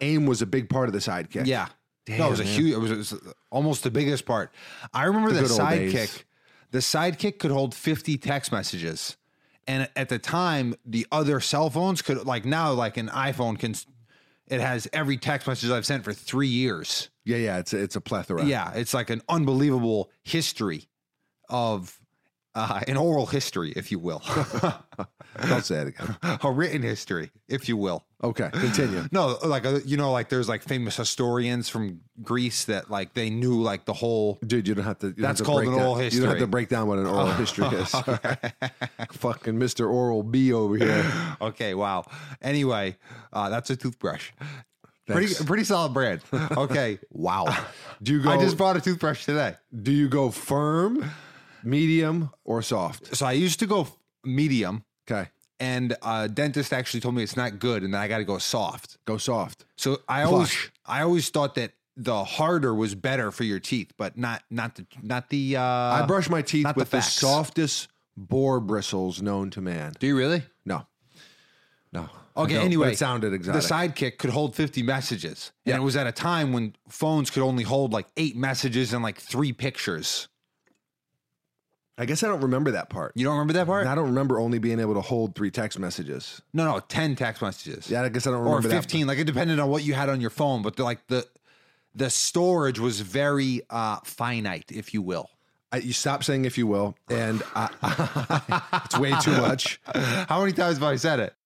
aim was a big part of the sidekick. Yeah. no, it was a Damn, huge. It was, it was almost the biggest part. I remember The the, good old days. sidekick. The sidekick could hold fifty text messages, and at the time, the other cell phones could like now, like an iPhone can. It has every text message I've sent for three years. yeah, yeah. It's a, it's a plethora. Yeah, it's like an unbelievable history of uh, an oral history, if you will, don't say it again. a written history, if you will. Okay, continue. No, like uh, you know, like there's like famous historians from Greece that like they knew like the whole. Dude, you don't have to. You don't That's have to called break an down- oral You don't have history. to break down what an oral history is. Fucking Mr. Oral B over here. Okay, wow. Anyway, uh, that's a toothbrush. Thanks. Pretty pretty solid brand. Okay, wow. Do you go? I just bought a toothbrush today. do you go firm, medium, or soft? So I used to go f- medium, Okay, and uh, dentist actually told me it's not good, and then I got to go soft. go soft. So I always I always thought that the harder was better for your teeth, but not not the not the. Uh, I brush my teeth not the with the, facts. softest boar bristles known to man. Do you really? No, no. I Okay. don't, but anyway, it sounded exotic. The sidekick could hold fifty messages, Yeah. and it was at a time when phones could only hold like eight messages and like three pictures. I guess I don't remember that part. You don't remember that part? And I don't remember only being able to hold three text messages. no, no, ten text messages. Yeah, I guess I don't or remember that. fifteen. Like it depended on what you had on your phone, but the, like the the storage was very uh finite, if you will. I, you stop saying if you will, and I, it's way too much. How many times have I said it?